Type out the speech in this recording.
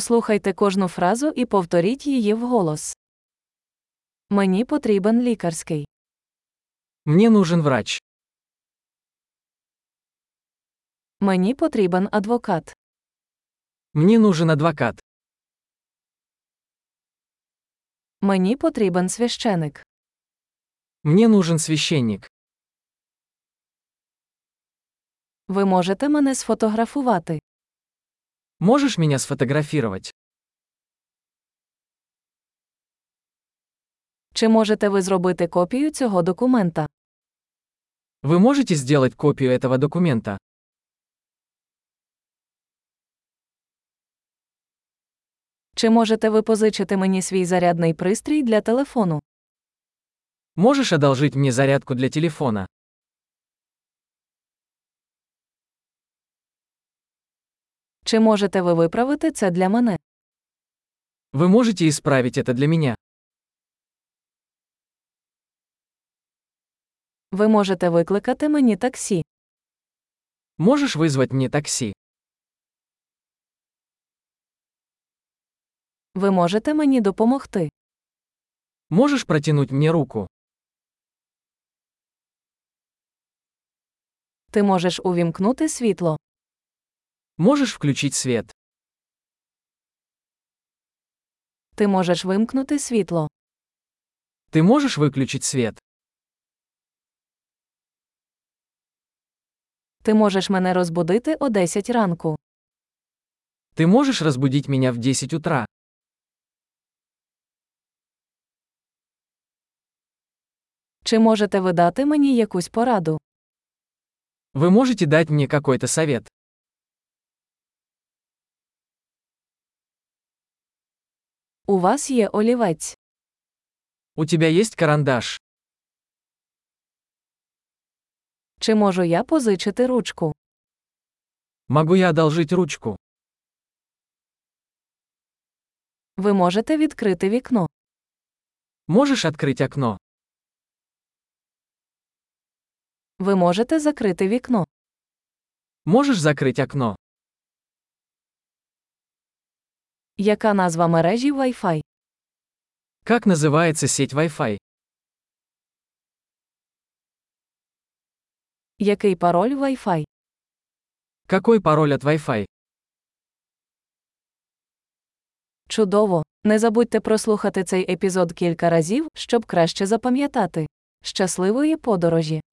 Послухайте кожну фразу і повторіть її вголос. Мені потрібен лікарський. Мне нужен врач. Мені потрібен адвокат. Мне нужен адвокат. Мені потрібен священик. Мне нужен священник. Ви можете мене сфотографувати. Можешь меня сфотографировать? Чи можете ви зробити копію цього документа? Вы можете сделать копию этого документа? Чи можете ви позичити мені свій зарядний пристрій для телефону? Можешь одолжить мне зарядку для телефона? Чи можете ви виправити це для мене? Вы можете исправить это для меня? Ви можете викликати мені таксі. Можешь вызвать мне такси? Ви можете мені допомогти. Можешь протянуть мне руку? Ти можеш увімкнути світло. Можешь включить свет? Ти можеш вимкнути світло. Ты можешь выключить свет? Ти можеш мене розбудити о 10 ранку. Ты можешь разбудить меня в 10 утра? Чи можете ви дати мені якусь пораду? Вы можете дать мне какой-то совет? У вас є олівець. У тебя есть карандаш? Чи можу я позичити ручку? Могу я одолжить ручку? Ви можете відкрити вікно. Можешь открыть окно? Ви можете закрити вікно. Можешь закрыть окно? Яка назва мережі Wi-Fi? Как называется сеть Wi-Fi? Який пароль Wi-Fi? Какой пароль от Wi-Fi? Чудово! Не забудьте прослухати цей епізод кілька разів, щоб краще запам'ятати. Щасливої подорожі!